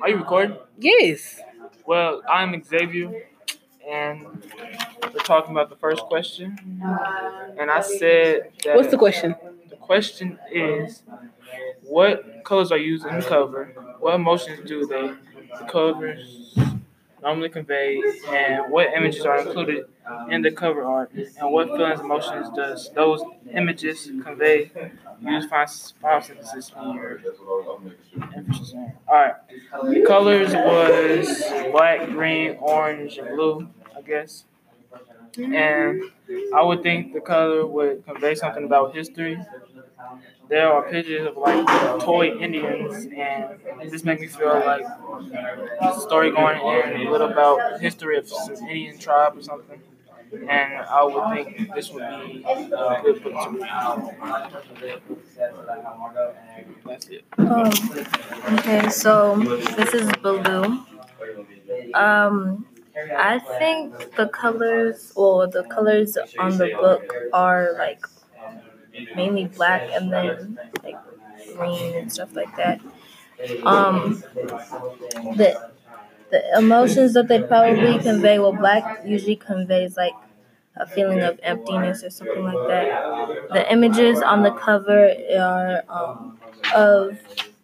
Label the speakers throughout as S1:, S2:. S1: Are you recording?
S2: Yes.
S1: Well, I'm Xavier, and we're talking about the first question. And I said that
S2: What's the question?
S1: the question is, what colors are used in the cover? What emotions do they the covers normally convey? And what images are included in the cover art? And what feelings, emotions does those images convey? Use five, five sentences in your Interesting. All right. The colors was black, green, orange, and blue, I guess. And I would think the color would convey something about history. There are pictures of like toy Indians, and it just make me feel like there's a story going in a little about history of some Indian tribe or something. And I would think this would be a good picture. That's it.
S3: Oh, okay, so this is blue. Um, I think the colors or the colors on the book are like mainly black and then like green and stuff like that. Um, the the emotions that they probably convey. Well, black usually conveys like a feeling of emptiness or something like that. The images on the cover are um, of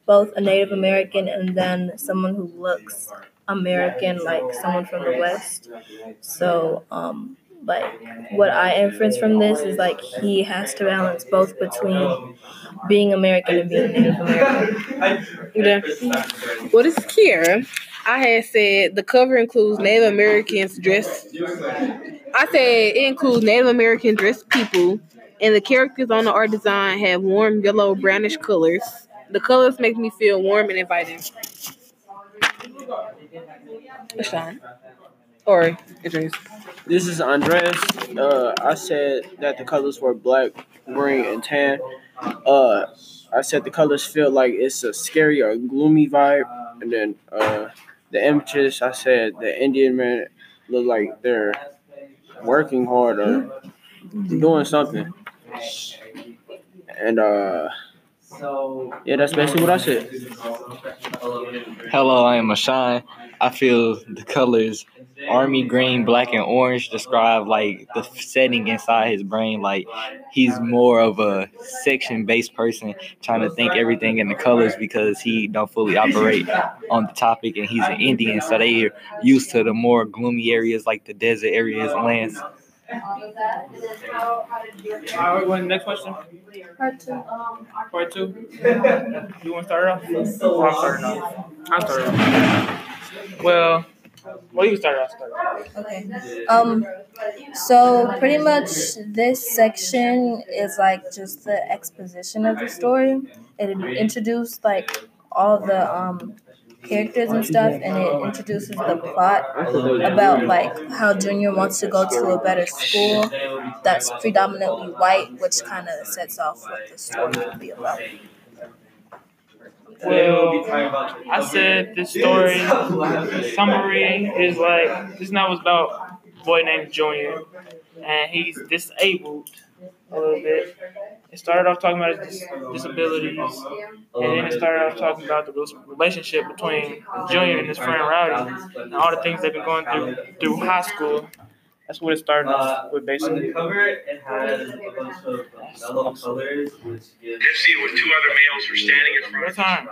S3: both a Native American and then someone who looks American, like someone from the West. So, um, like what I inference from this is like he has to balance both between being American and being Native American.
S2: Yeah. Well, this is Kira. I had said the cover includes Native Americans dressed. I said it includes Native American dressed people, and the characters on the art design have warm yellow brownish colors. The colors make me feel warm and inviting. Ashan. Or Idris.
S4: This is Andreas. Uh, I said that the colors were black, green, and tan. Uh, I said the colors feel like it's a scary or gloomy vibe. And then uh, the images, I said the Indian men look like they're working hard or doing something. And uh, yeah, that's basically what I said.
S5: Hello, I am Ashan. I feel the colors army green, black, and orange describe like the setting inside his brain. Like he's more of a section based person trying to think everything in the colors because he don't fully operate on the topic and he's an Indian, so they are used to the more gloomy areas like the desert areas, lands.
S1: All right, well, next question. Part two. You want to start it off? Or I'm starting off. I'm starting off. Well, well, you start off. Start off.
S3: Okay. Um, so pretty much this section is like just the exposition of the story. It introduced like all the um characters and stuff, and it introduces the plot about like how Junior wants to go to a better school that's predominantly white, which kind of sets off what the story would be about.
S1: Well, I said this story summary is like this novel's about a boy named Junior, and he's disabled a little bit. It started off talking about his dis- disabilities, and then it started off talking about the rel- relationship between Junior and his friend Rowdy, and all the things they've been going through through high school. That's what it started off with,
S6: On the
S1: basically.
S6: cover, it has a bunch of yellow colors, which gives.
S7: Dipsy with two other males were standing in front
S1: Your
S7: of him.
S1: time.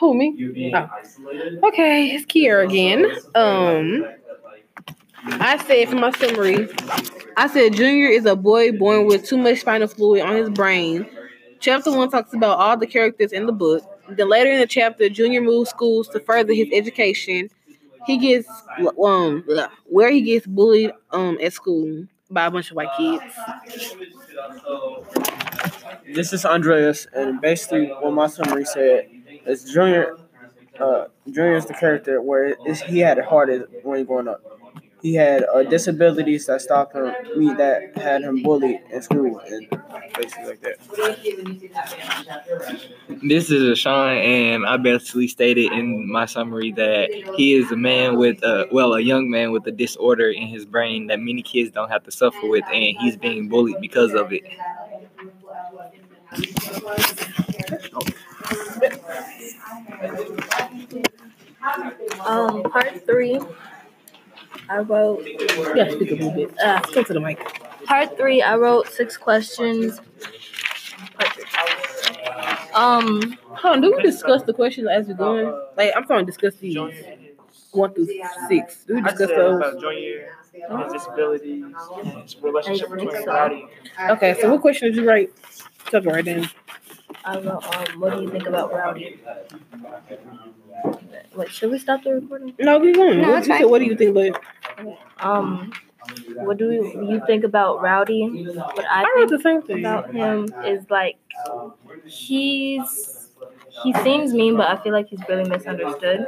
S2: Who, me?
S6: You being
S2: Oh.
S6: isolated.
S2: Okay, it's Kira again. Um.
S6: Um.
S2: I said for my summary, I said Junior is a boy born with too much spinal fluid on his brain. Chapter one talks about all the characters in the book. Then later in the chapter, Junior moves schools to further his education. He gets um where he gets bullied um at school by a bunch of white kids.
S4: This is Andreas, and basically what my summary said is Junior. Uh, Junior is the character where it- it's, he had it hard as- when he growing up. He had uh, disabilities that stopped him, me that had him bullied in school, and basically like that.
S5: This is Ashawn, and I basically stated in my summary that he is a man with, a, well, a young man with a disorder in his brain that many kids don't have to suffer with, and he's being bullied because of it.
S3: Um, part three. I wrote
S2: Yeah, speak a little bit.
S3: uh,
S2: Go to the mic.
S3: part three. I wrote six questions. Part three. Um,
S2: Hold on, do we discuss the questions as we're going? Like, I'm trying to discuss these one through six. Do we
S1: I said
S2: discuss those?
S1: about junior and uh, disabilities, and relationship
S3: I think
S1: between
S3: so.
S1: body.
S2: Okay, so what question did you write? Tell me right then.
S3: I wrote. Um, what do you think about rowdy? Wait, should we stop the recording?
S2: No, keep going.
S8: No,
S2: what,
S8: it's
S2: you said,
S8: fine.
S2: what do you think, but
S3: Um, what do you, you think about rowdy? What
S2: I,
S3: I
S2: wrote
S3: think
S2: the same thing.
S3: about him is like he's he seems mean, but I feel like he's really misunderstood.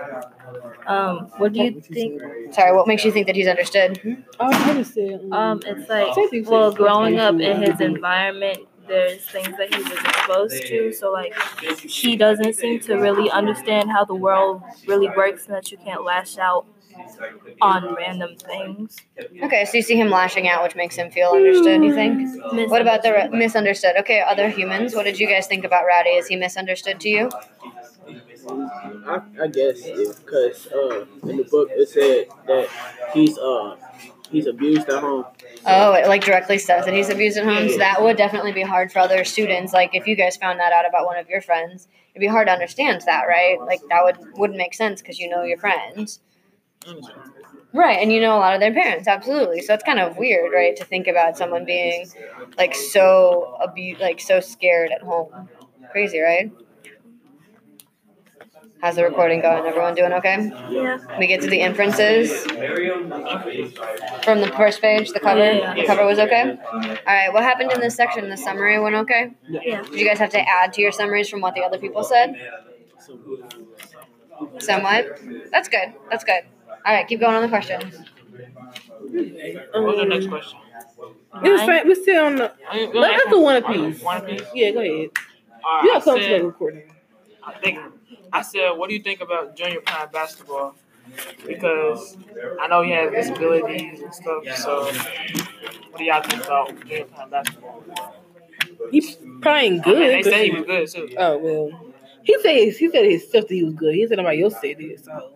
S3: Um, what do you think?
S8: Sorry, what makes you think that he's understood?
S2: Oh, I just said.
S3: Um, it's like well, growing up in his environment, there's things that he was exposed to, so like he doesn't seem to really understand how the world really works and that you can't lash out on random things.
S8: Okay, so you see him lashing out, which makes him feel understood, you think? What about the re- misunderstood? Okay, other humans, what did you guys think about Rowdy? Is he misunderstood to you?
S4: I, I guess because uh, in the book it said that he's uh he's abused at home.
S8: Oh, it like directly says that he's abused at home. So that would definitely be hard for other students. Like if you guys found that out about one of your friends, it'd be hard to understand that, right? Like that would wouldn't make sense because you know your friends. Right, and you know a lot of their parents, absolutely. So it's kind of weird, right, to think about someone being like so abu- like so scared at home. Crazy, right? How's the recording going? Everyone doing okay?
S3: Yeah.
S8: We get to the inferences from the first page, the cover.
S3: Yeah.
S8: The cover was okay. All right, what happened in this section? The summary went okay.
S3: Yeah.
S8: Did you guys have to add to your summaries from what the other people said? Somewhat. That's good. That's good. All right, keep going on the questions.
S1: What was the
S2: Um,
S1: next question?
S2: It was
S3: Mine-
S2: fine. We're still on the.
S1: I mean,
S2: No, that's the one piece.
S1: One piece.
S2: Yeah, go ahead.
S1: All right,
S2: You
S1: I
S2: have come to the
S1: said,
S2: recording.
S1: I think I said, what do you think about junior playing basketball? Because I know he has disabilities and stuff. So, what do y'all think about junior playing basketball?
S2: He's playing
S1: I mean,
S2: good.
S1: they say he was good too.
S2: Oh well, he said he said his stuff that he was good. He said nobody else said it, so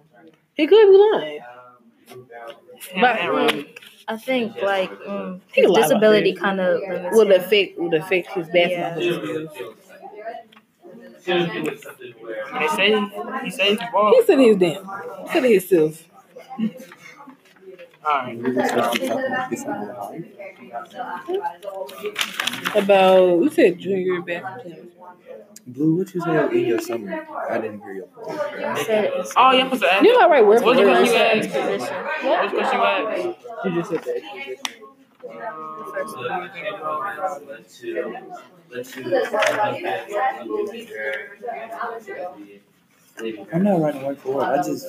S2: he could be lying.
S1: Him
S2: But-
S1: and Riley.
S3: I think like mm,
S2: He a lot of
S3: disability
S2: things.
S3: kind of limits.
S2: Will
S3: him.
S2: affect will affect his basketball skills.
S1: They say he, he said he can ball.
S2: He said he's damn. He said himself.
S1: All right.
S2: About we said junior basketball.
S9: Blue, what you said in your summary? I didn't hear you.
S3: You said it's-
S1: Oh, yeah, I'm supposed to ask.
S2: You're not right. Where
S1: What
S2: for
S1: the question
S2: where-
S1: you asked?
S3: Position.
S1: What question you asked?
S4: You just said that.
S9: I'm not running away for it. I just,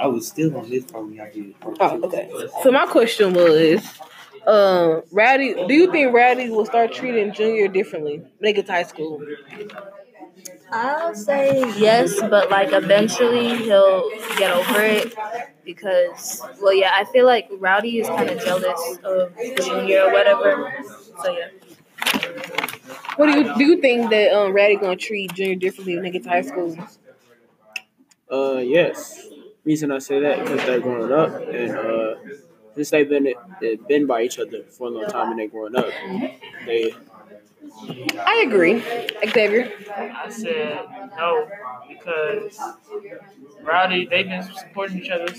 S9: I was still on this part when I did. part
S2: Oh,
S9: two.
S2: okay. So my question was, um, Rowdy, do you think Rowdy will start treating Junior differently when they get to high school?
S3: I'll say yes, but like eventually he'll get over it because, well, yeah, I feel like Rowdy is kind of jealous of Junior or whatever. So yeah,
S2: What do you do? You think that um, Rowdy gonna treat Junior differently when they get to high school?
S4: Uh, yes. Reason I say that because they're growing up and uh, since they've been they've been by each other for a long time and they're growing up, they
S2: I agree, Xavier.
S1: I said no because Rowdy, they've been supporting each other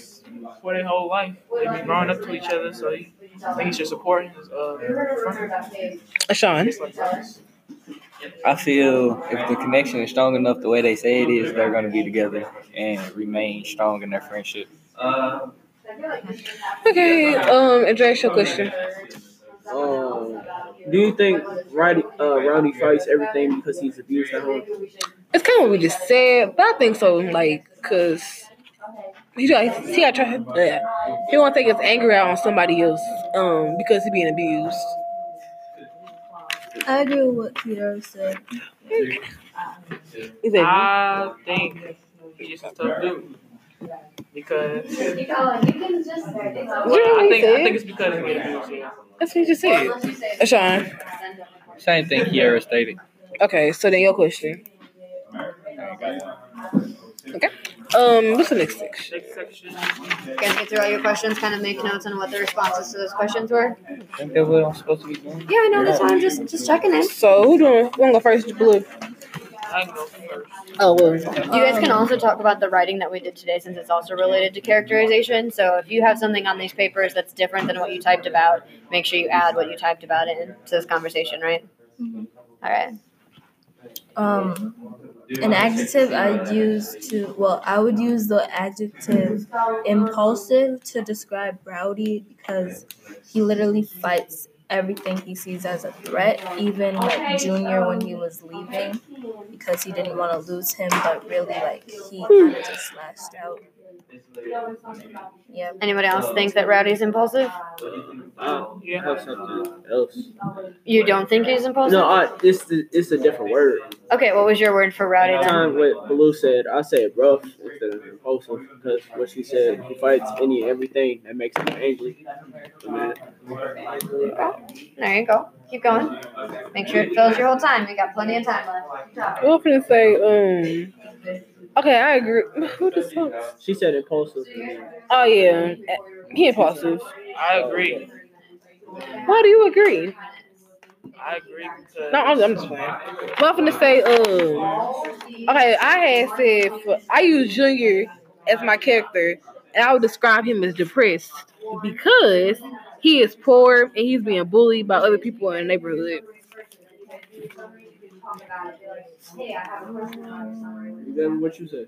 S1: for their whole life. They've been growing up to each other, so he, I think he should support his uh,
S2: Sean.
S1: friends like that.
S5: I feel if the connection is strong enough the way they say it is, they're going to be together and remain strong in their friendship.
S2: Okay, um, address your question.
S4: um. Do you think Rowdy uh, Rowdy fights everything because he's abused at home?
S2: It's kind of what we just said, but I think so, like, cause he got he got try, uh, he want to take his anger out on somebody else, um, because he being abused.
S3: I agree with what Peter said.
S2: Is that
S1: I think he's just a tough dude because well, I think I think it's because he made a yeah.
S2: that's what you just said, Uh, Sean?
S5: Same thing Kiara stated.
S2: Okay, so then your question. Okay. Um, what's the next section?
S1: Next section.
S8: Guys, get through all your questions, kind of make notes on what the responses to those questions were.
S1: I think that's what I'm supposed to be doing.
S8: Yeah, I know. That's why I'm just just checking in.
S2: So who doing? Who wanna go first? Blue.
S1: I can go first.
S2: Oh well.
S8: You guys
S3: Um,
S8: can also talk about the writing that we did today since it's also related to characterization. So if you have something on these papers that's different than what you typed about, make sure you add what you typed about it to this conversation, right?
S3: Mhm.
S8: All right.
S3: Um, an adjective I use to well, I would use the adjective impulsive to describe Rowdy because he literally fights everything he sees as a threat. Even like Junior when he was leaving because he didn't want to lose him, but really like he kind of just lashed out. Yeah.
S8: Anybody else think that Rowdy's impulsive?
S4: I
S1: Yeah.
S4: have something else.
S8: You don't think he's impulsive?
S4: No, I, it's the, it's a different word.
S8: Okay, what was your word for Rowdy
S4: The
S8: then?
S4: time what Blue said, I said rough instead of impulsive because what she said, he fights any and everything that makes him angry. And then
S8: There you go. Keep going. Make sure it fills your whole time. You got plenty of time left.
S2: What can I say? Um. Okay, I agree. Who the fuck?
S4: she said impulsive.
S2: Oh yeah, he impulsive.
S1: I agree.
S2: Why do you agree?
S1: I agree because.
S2: No, I'm, I'm just playing. But I'm gonna say, um, okay, I had said for, I use Junior as my character, and I would describe him as depressed because he is poor and he's being bullied by other people in the neighborhood.
S4: You remember what you said?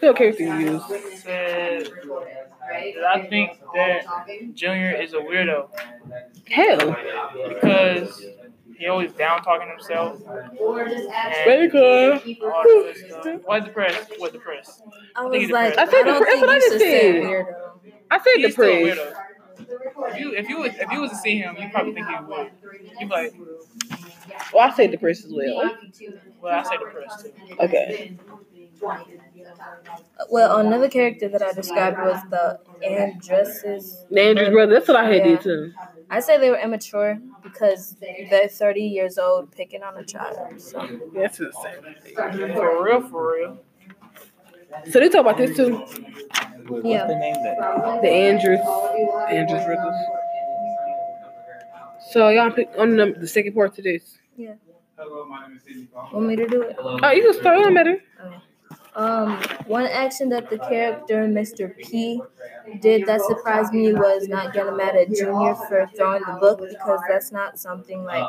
S2: What character you use?
S1: said that I think that Junior is a weirdo
S2: Hell,
S1: because he always down talking himself. And
S2: very good.
S1: all this other stuff. Why depressed? What depressed?
S3: I
S1: think
S3: was
S1: he
S3: like,
S1: depressed.
S3: I,
S1: I
S2: said
S3: don't
S2: depressed,
S3: think
S2: what I
S3: you should
S2: just
S3: say
S2: said.
S3: weirdo.
S2: I said
S1: He's still a
S2: depressed.
S1: weirdo. If you if you was if you was to see him, you probably think he would. You be like,
S2: Well, I said depressed as well.
S1: well, I say depressed too.
S2: Okay.
S3: Well, another character that I described was the Andresses.
S2: Andrew's brother. That's what I had did too.
S3: I say they were immature because they're 30 years old picking on a child. So.
S2: That's insane.
S1: For real, for real.
S2: So they talk about this too.
S3: Yeah.
S5: What's the name of that?
S2: The Andrews. Andrews brothers. So y'all pick on the, the second part to this.
S3: Want me to do it?
S2: Oh, you can start on better.
S3: Um, one action that the character Mr. P did that surprised me was not getting mad at Junior for throwing the book because that's not something like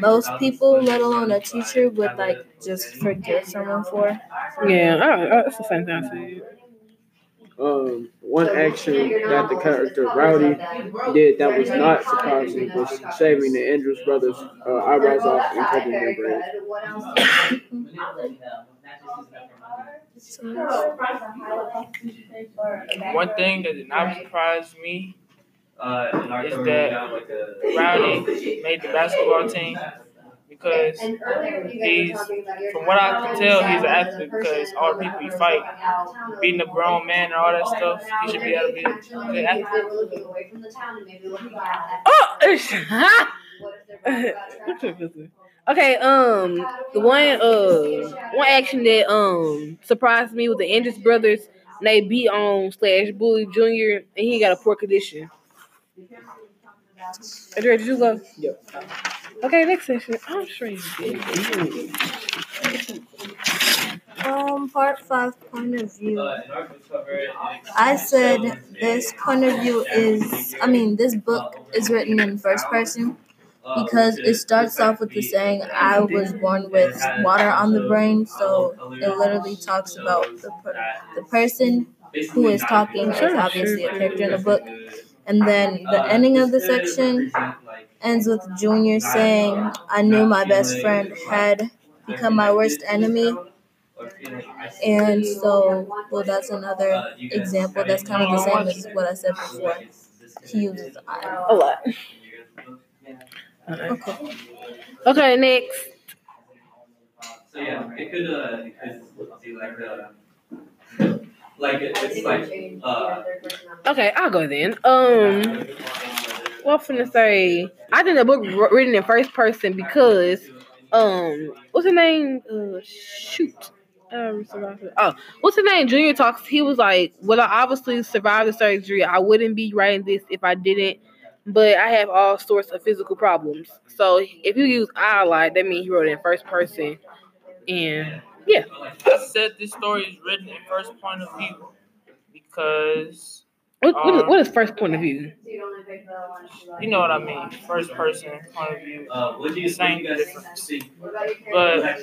S3: most people, let alone a teacher, would like just forgive someone for.
S2: Yeah, I, I, that's the same thing I said.
S4: Um, one action that the character Rowdy did that was not surprising was shaving the Andrews brothers' uh, eyebrows off and cutting their braids.
S1: One thing that did not surprise me,
S6: Is
S1: Uh, that Rowdy made the basketball team because he's from what I can tell he's an athlete because all the people he fight, beating a grown man and all that stuff, he should be able to be a good athlete.
S2: Oh, okay. Um, the one uh one action that um surprised me was the Andrews brothers. And they beat on slash bully Junior, and he got a poor condition. Andrea, did you go?
S4: Yep.
S2: Okay, next section. I'm sure you did.
S3: Um, part five point of view.
S6: I
S3: I said this point of view is, I mean, this book is written in first person because it starts off with the saying, I was born with water on the brain. So it literally talks about the, per- the person who is talking is obviously a character in the book. And then the ending of the section ends with Junior saying, I knew my best friend had become my worst enemy. And so, well, that's another example that's kind of the same as what I said before. He uses I.
S2: A lot.
S3: Okay.
S2: Okay, next.
S6: So yeah, it could uh, it could be like uh, like it, it's like uh.
S2: Okay, I'll go then. Um, what I'm finna say? I think the book wr- written in first person because um, what's her name? Uh, shoot, Um, survived it. Oh, what's his name? Junior talks. He was like, "Well, I obviously survived the surgery. I wouldn't be writing this if I didn't, but I have all sorts of physical problems. So if you use I lied, that means he wrote it in first person, and
S1: I
S6: Uh,
S1: said this story is written in first point of view because
S2: what what is, what is first point of view?
S1: you know what I mean. First person point of view.
S6: Uh, what do you think you guys see?
S1: But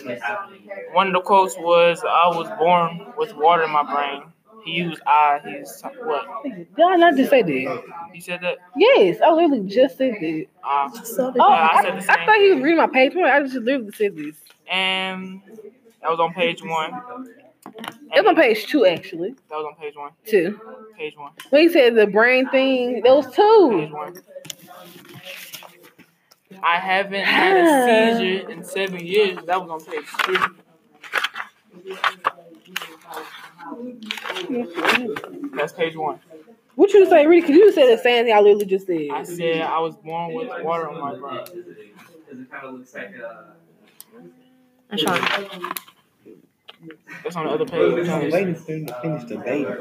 S1: one of the quotes was, "I was born with water in my brain." He used I. He used some- what?
S2: Did I not just say that?
S1: He said that.
S2: Yes, I literally just said that.
S1: Uh,
S3: So
S2: Oh,
S1: Yeah, I
S2: I,
S1: said the
S2: I
S1: same
S2: thought he was
S1: thing.
S2: reading my page. I just literally said this.
S1: and that was on page one.
S2: It was on page two, actually.
S1: That was on page one.
S2: Two.
S1: Page one.
S2: When he said the brain thing, there was
S1: Page
S2: two.
S1: one. I haven't had a seizure in seven years. That was on page three. That's page one.
S2: What you say, Reedy? Because you said the same thing I literally just said.
S1: I said I was born with water on my brain.
S6: Because it kind of looks like a.
S8: That's fine.
S1: That's on the other page.
S9: I'm waiting for him to finish the baby.
S4: I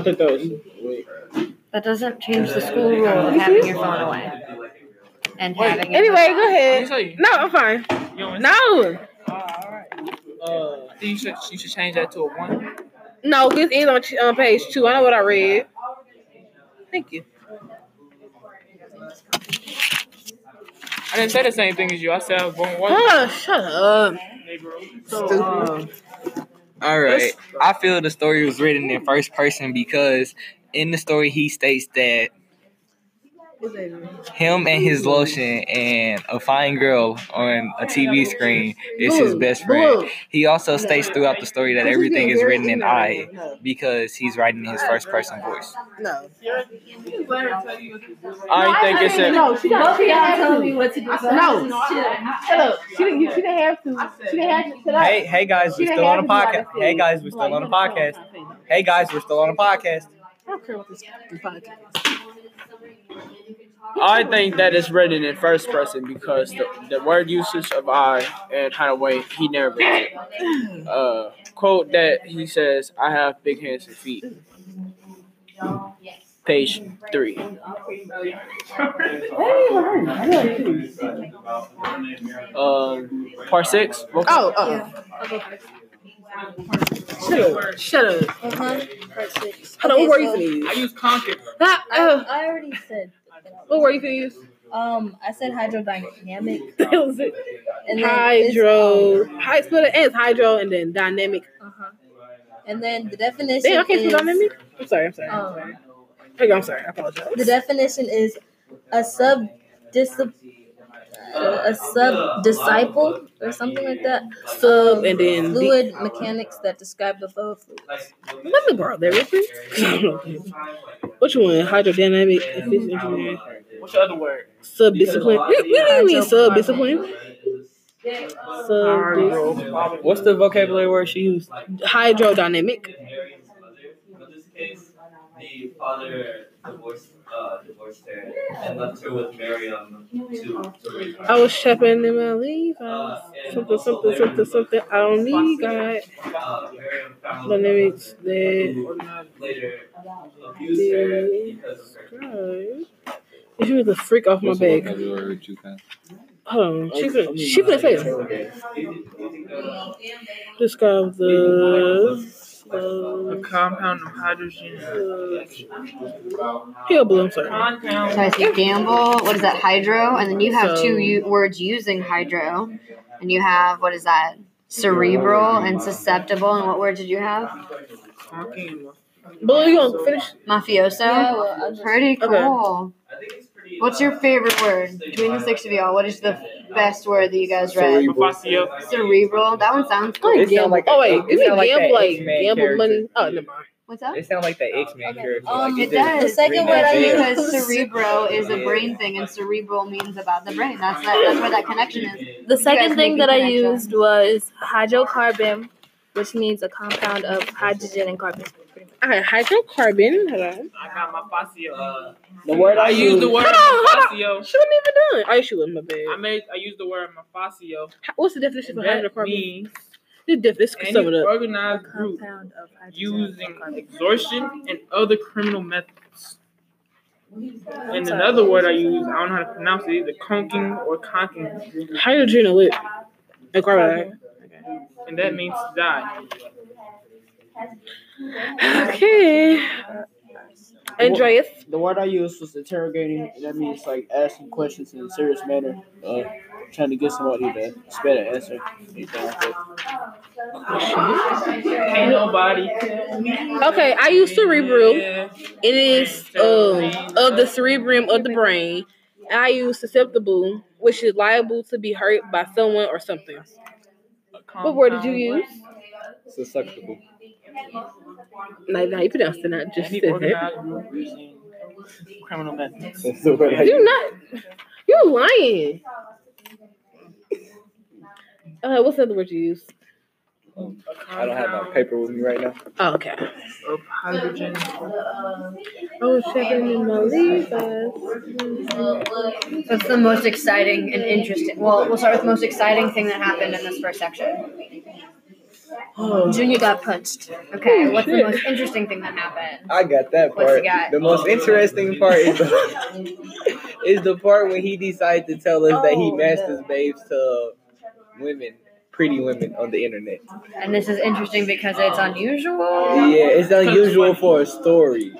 S4: thought that was. Wait.
S8: That doesn't change the school rule of having your phone away and
S1: Wait,
S8: having. it
S2: Anyway,
S8: just-
S2: go
S1: Let me
S2: ahead.
S1: tell you.
S2: No, I'm
S1: You
S2: fine.
S1: don't-
S2: No,
S1: Uh, you should you should change that to a one.
S2: no, this is on, on page two. I know what I read. Thank you.
S1: I didn't say the same thing as you. I said I was born with water.
S2: Oh, shut up.
S1: So, uh,
S5: All right. I feel the story was written in first person because in the story he states that him and his lotion and a fine girl on a TV screen is his best friend. He also states throughout the story that everything is written in I because he's writing in his first person voice.
S2: No.
S1: I think it's a.
S2: No, she got she didn't have to. No, shut up. She didn't. She didn't have to. She didn't have to. Shut up.
S10: Hey, hey guys,
S2: She
S10: we're
S2: didn't
S10: still on
S2: have
S10: a
S2: to be like
S10: podcast.
S2: I said.
S10: Hey guys, we're still on a podcast. Hey guys, we're still on a podcast.
S2: I don't care about this fucking podcast.
S4: I think that it's written in first person because the, the word usage of I and Hideaway, he narrates it. Uh, quote that he says, I have big hands and feet. Page three. Um, part six. vocal-
S2: Oh, oh. Shut up.
S3: Uh-huh. Part six.
S2: Hold on, what were
S3: Okay,
S2: you
S3: so-
S2: gonna use?
S1: I use conquer.
S2: Ah,
S3: I,
S2: uh,
S3: I already said.
S2: what were you gonna use?
S3: Um, I said hydrodynamic.
S2: That was it.
S3: And then it's-
S2: Hydro. um, Hi, split it as hydro and then dynamic.
S3: Uh-huh. And then the definition
S2: Damn, I can't spell
S3: is
S2: dynamic. I'm sorry. I'm sorry.
S3: um,
S2: Hey, I'm sorry. I apologize.
S3: the definition is a sub a sub disciple or something like that.
S2: Sub and then
S3: fluid mechanics that describe the flow of fluid.
S2: What's the bar there, Richard? What you want? Hydrodynamic, efficient engineering,
S1: What's the other word?
S2: subdiscipline. What, what do you mean subdiscipline? Sub
S10: What's the vocabulary word she used?
S2: hydrodynamic.
S6: But this case, the father divorced, uh, divorced her and left her with Miriam to, to raise her.
S2: I was shopping in my leave. I
S6: Uh,
S2: was
S6: and
S2: Something,
S6: also
S2: something, something,
S6: Miriam-
S2: something. I don't need God.
S6: Uh, Miriam found
S2: Dynamics that.
S6: who later abused her because of her.
S2: God. She was a freak off my back. Hold on. She could she could say it. Describe the
S1: A
S2: uh,
S1: compound of hydrogen.
S2: pale blue, I'm sorry.
S1: Compound.
S8: So I see gamble. What is that? Hydro, and then you have
S2: So-
S8: two u- words using hydro, and you have what is that? Cerebral and susceptible. And what word did you have?
S2: Blue, you gonna finish
S8: Mafioso.
S3: Yeah, well, I just-
S8: Pretty
S2: Okay.
S8: cool.
S6: I think it's pretty.
S8: What's your favorite word between the six of y'all? What is the best word that you guys read?
S1: Mufasio.
S8: Cerebral. That one sounds
S10: It
S8: good.
S10: sound like
S2: Oh
S10: a-
S2: wait,
S10: it
S2: is it
S10: sound like
S2: gamble
S10: that
S2: like
S10: X-Men
S2: gamble
S10: character.
S2: money? Oh, never mind.
S8: What's up?
S10: It sounds like the X Men
S3: Okay.
S10: character.
S3: Um,
S10: like
S8: it does.
S3: The second word I
S10: Yeah.
S3: use
S8: Because cerebro is a brain thing, and cerebral means about the brain. That's that, That's where that connection is.
S3: The
S8: guys
S3: second thing
S8: make a
S3: that I
S8: connection.
S3: used was hydrocarbon, which means a compound of hydrogen and carbon. pretty much.
S2: right, hydrocarbon. Hold on.
S1: I got my fascio.
S4: The word I,
S1: I used the
S4: use-
S1: word
S2: Hold on,
S1: mafasio.
S2: She wasn't even done. Oh, she was my bad.
S1: I made. I used the word mafasio.
S2: H- What's the definition for
S1: That
S2: hydrocarbon?
S1: means
S2: The def- let's
S1: any
S2: sum it up.
S1: organized group
S3: Compound of hydrogen
S1: using
S3: and carbon.
S1: extortion and other criminal methods. And another word I use, I don't know how to pronounce it either, conking or conking,
S2: Hydrogen or lit. A carbon.
S1: and that means to die.
S2: Okay. Andreas.
S4: the word I used was interrogating, and that means like asking questions in a serious manner, uh, trying to get somebody to spit an answer. Anything like that.
S1: Ain't nobody.
S2: Okay, I use cerebral. It is um of the cerebrum of the brain. I use susceptible, which is liable to be hurt by someone or something. What word did you use?
S4: Susceptible.
S2: Now, now you pronounced it, not just
S1: Any
S2: said it.
S1: organized group using criminal methods.
S4: That's the word I
S2: You're
S4: used.
S2: not. You're lying. Uh, what's the other word you use?
S4: I don't have my paper with me right now.
S2: Oh, okay.
S1: Of hydrogen.
S3: Um,
S2: Oh, Chevron and Melissa.
S8: What's the most exciting and interesting? Well, we'll start with most exciting thing that happened in this first section.
S3: Oh.
S8: Junior got punched. Okay, what's the most interesting thing that happened?
S10: I got that
S8: What's
S10: part.
S8: he got?
S10: The most interesting part is the, is the part when he decided to tell us that he
S3: Oh,
S10: masters babes to women, pretty women on the internet.
S8: And this is interesting because it's unusual.
S10: Yeah, it's unusual for a story,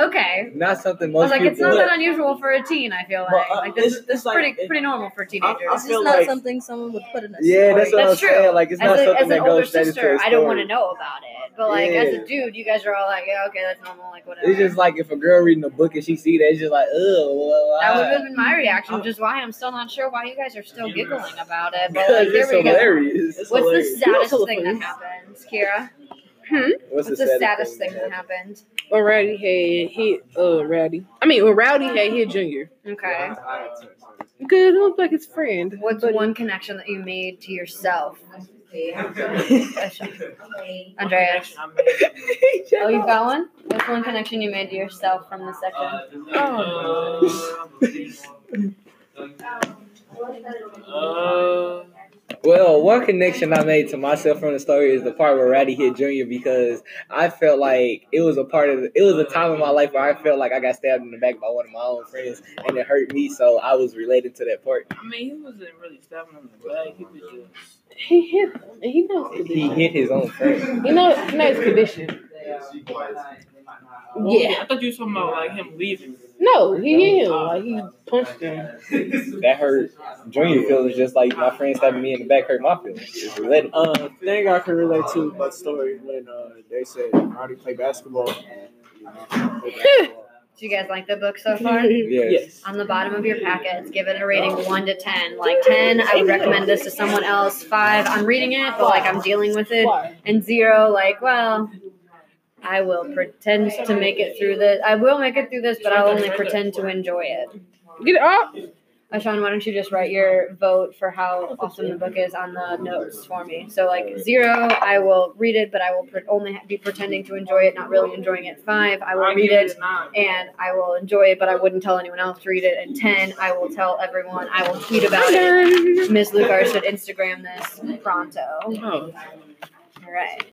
S8: Okay.
S10: not something
S8: I was
S10: most
S8: like,
S10: people.
S8: it's not that unusual for a teen. I feel like
S4: Well, uh,
S8: like this,
S4: it's-
S8: this
S4: it's
S8: is
S4: like-
S8: pretty
S4: it-
S8: pretty normal for teenagers.
S4: I
S3: This
S4: feel
S3: is not
S4: like-
S3: something someone would put in a
S10: yeah, that's what I'm
S3: story.
S8: That's true.
S10: saying. Like, it's
S8: as,
S10: not
S8: a,
S10: something
S8: as an
S10: that
S8: older
S10: goes straight into
S8: sister,
S10: a
S8: I don't want to
S10: story.
S8: know about it. But like as
S10: Yeah.
S8: a dude, you guys are all like, yeah, okay, that's normal. Like whatever.
S10: It's just like if a girl reading a book and she see that, it's just like, oh, well,
S8: That would
S10: I-
S8: have been my reaction, which is why I'm still not sure why you guys are still giggling about it. But like,
S10: because
S8: here
S10: it's
S8: we go.
S10: hilarious.
S8: What's the
S2: You don't
S8: saddest
S2: tell
S8: thing
S2: the
S8: that happened, Kira?
S10: What's,
S8: What's the saddest thing that happened?
S2: When Rowdy had hit uh Rowdy. I mean when Rowdy had hit Junior.
S8: Okay.
S2: Because it looked like his friend.
S8: What's
S2: But-
S8: one connection that you made to yourself, Andreas? Oh,
S1: Oh,
S8: you've got one. What's one connection you made to yourself from the section?
S2: Oh.
S1: Uh,
S10: Well, one connection I made to myself from the story is the part where Ratty hit Junior because I felt like it was a part of it was a time in my life where I felt like I got stabbed in the back by one of my own friends and it hurt me, so I was related to that part.
S1: I mean, he wasn't really stabbing him in the back. He was just.
S2: He hit and he knows
S10: He
S2: condition.
S10: hit his own friend.
S2: You know he knows condition. Yeah.
S1: oh, I thought you were talking about like him leaving.
S2: No, he hit him. Like he punched him.
S10: That hurt Junior feelings just like my friend stabbing me in the back hurt my feelings. It's related.
S4: Uh, thing I can relate to my story when uh, they said I already play basketball. Play basketball.
S8: Do you guys like the book so far?
S10: Yes.
S8: on the bottom of your packets, give it a rating one to ten. Like ten, I would recommend this to someone else. Five, I'm reading it, but like I'm dealing with it. And zero, like, well, I will pretend to make it through this. I will make it through this, but I'll only pretend to enjoy it.
S2: Get it up.
S8: Ashawn, why don't you just write your vote for how awesome the book is on the notes for me? So like zero, I will read it, but I will pre- only be pretending to enjoy it, not really enjoying it. Five, I will
S1: I'll
S8: read
S1: give
S8: it
S1: a nine.
S8: and I will enjoy it, but I wouldn't tell anyone else to read it. And 10, I will tell everyone. I will tweet about it. Miss Lugar should Instagram this pronto.
S2: Oh.
S8: All right.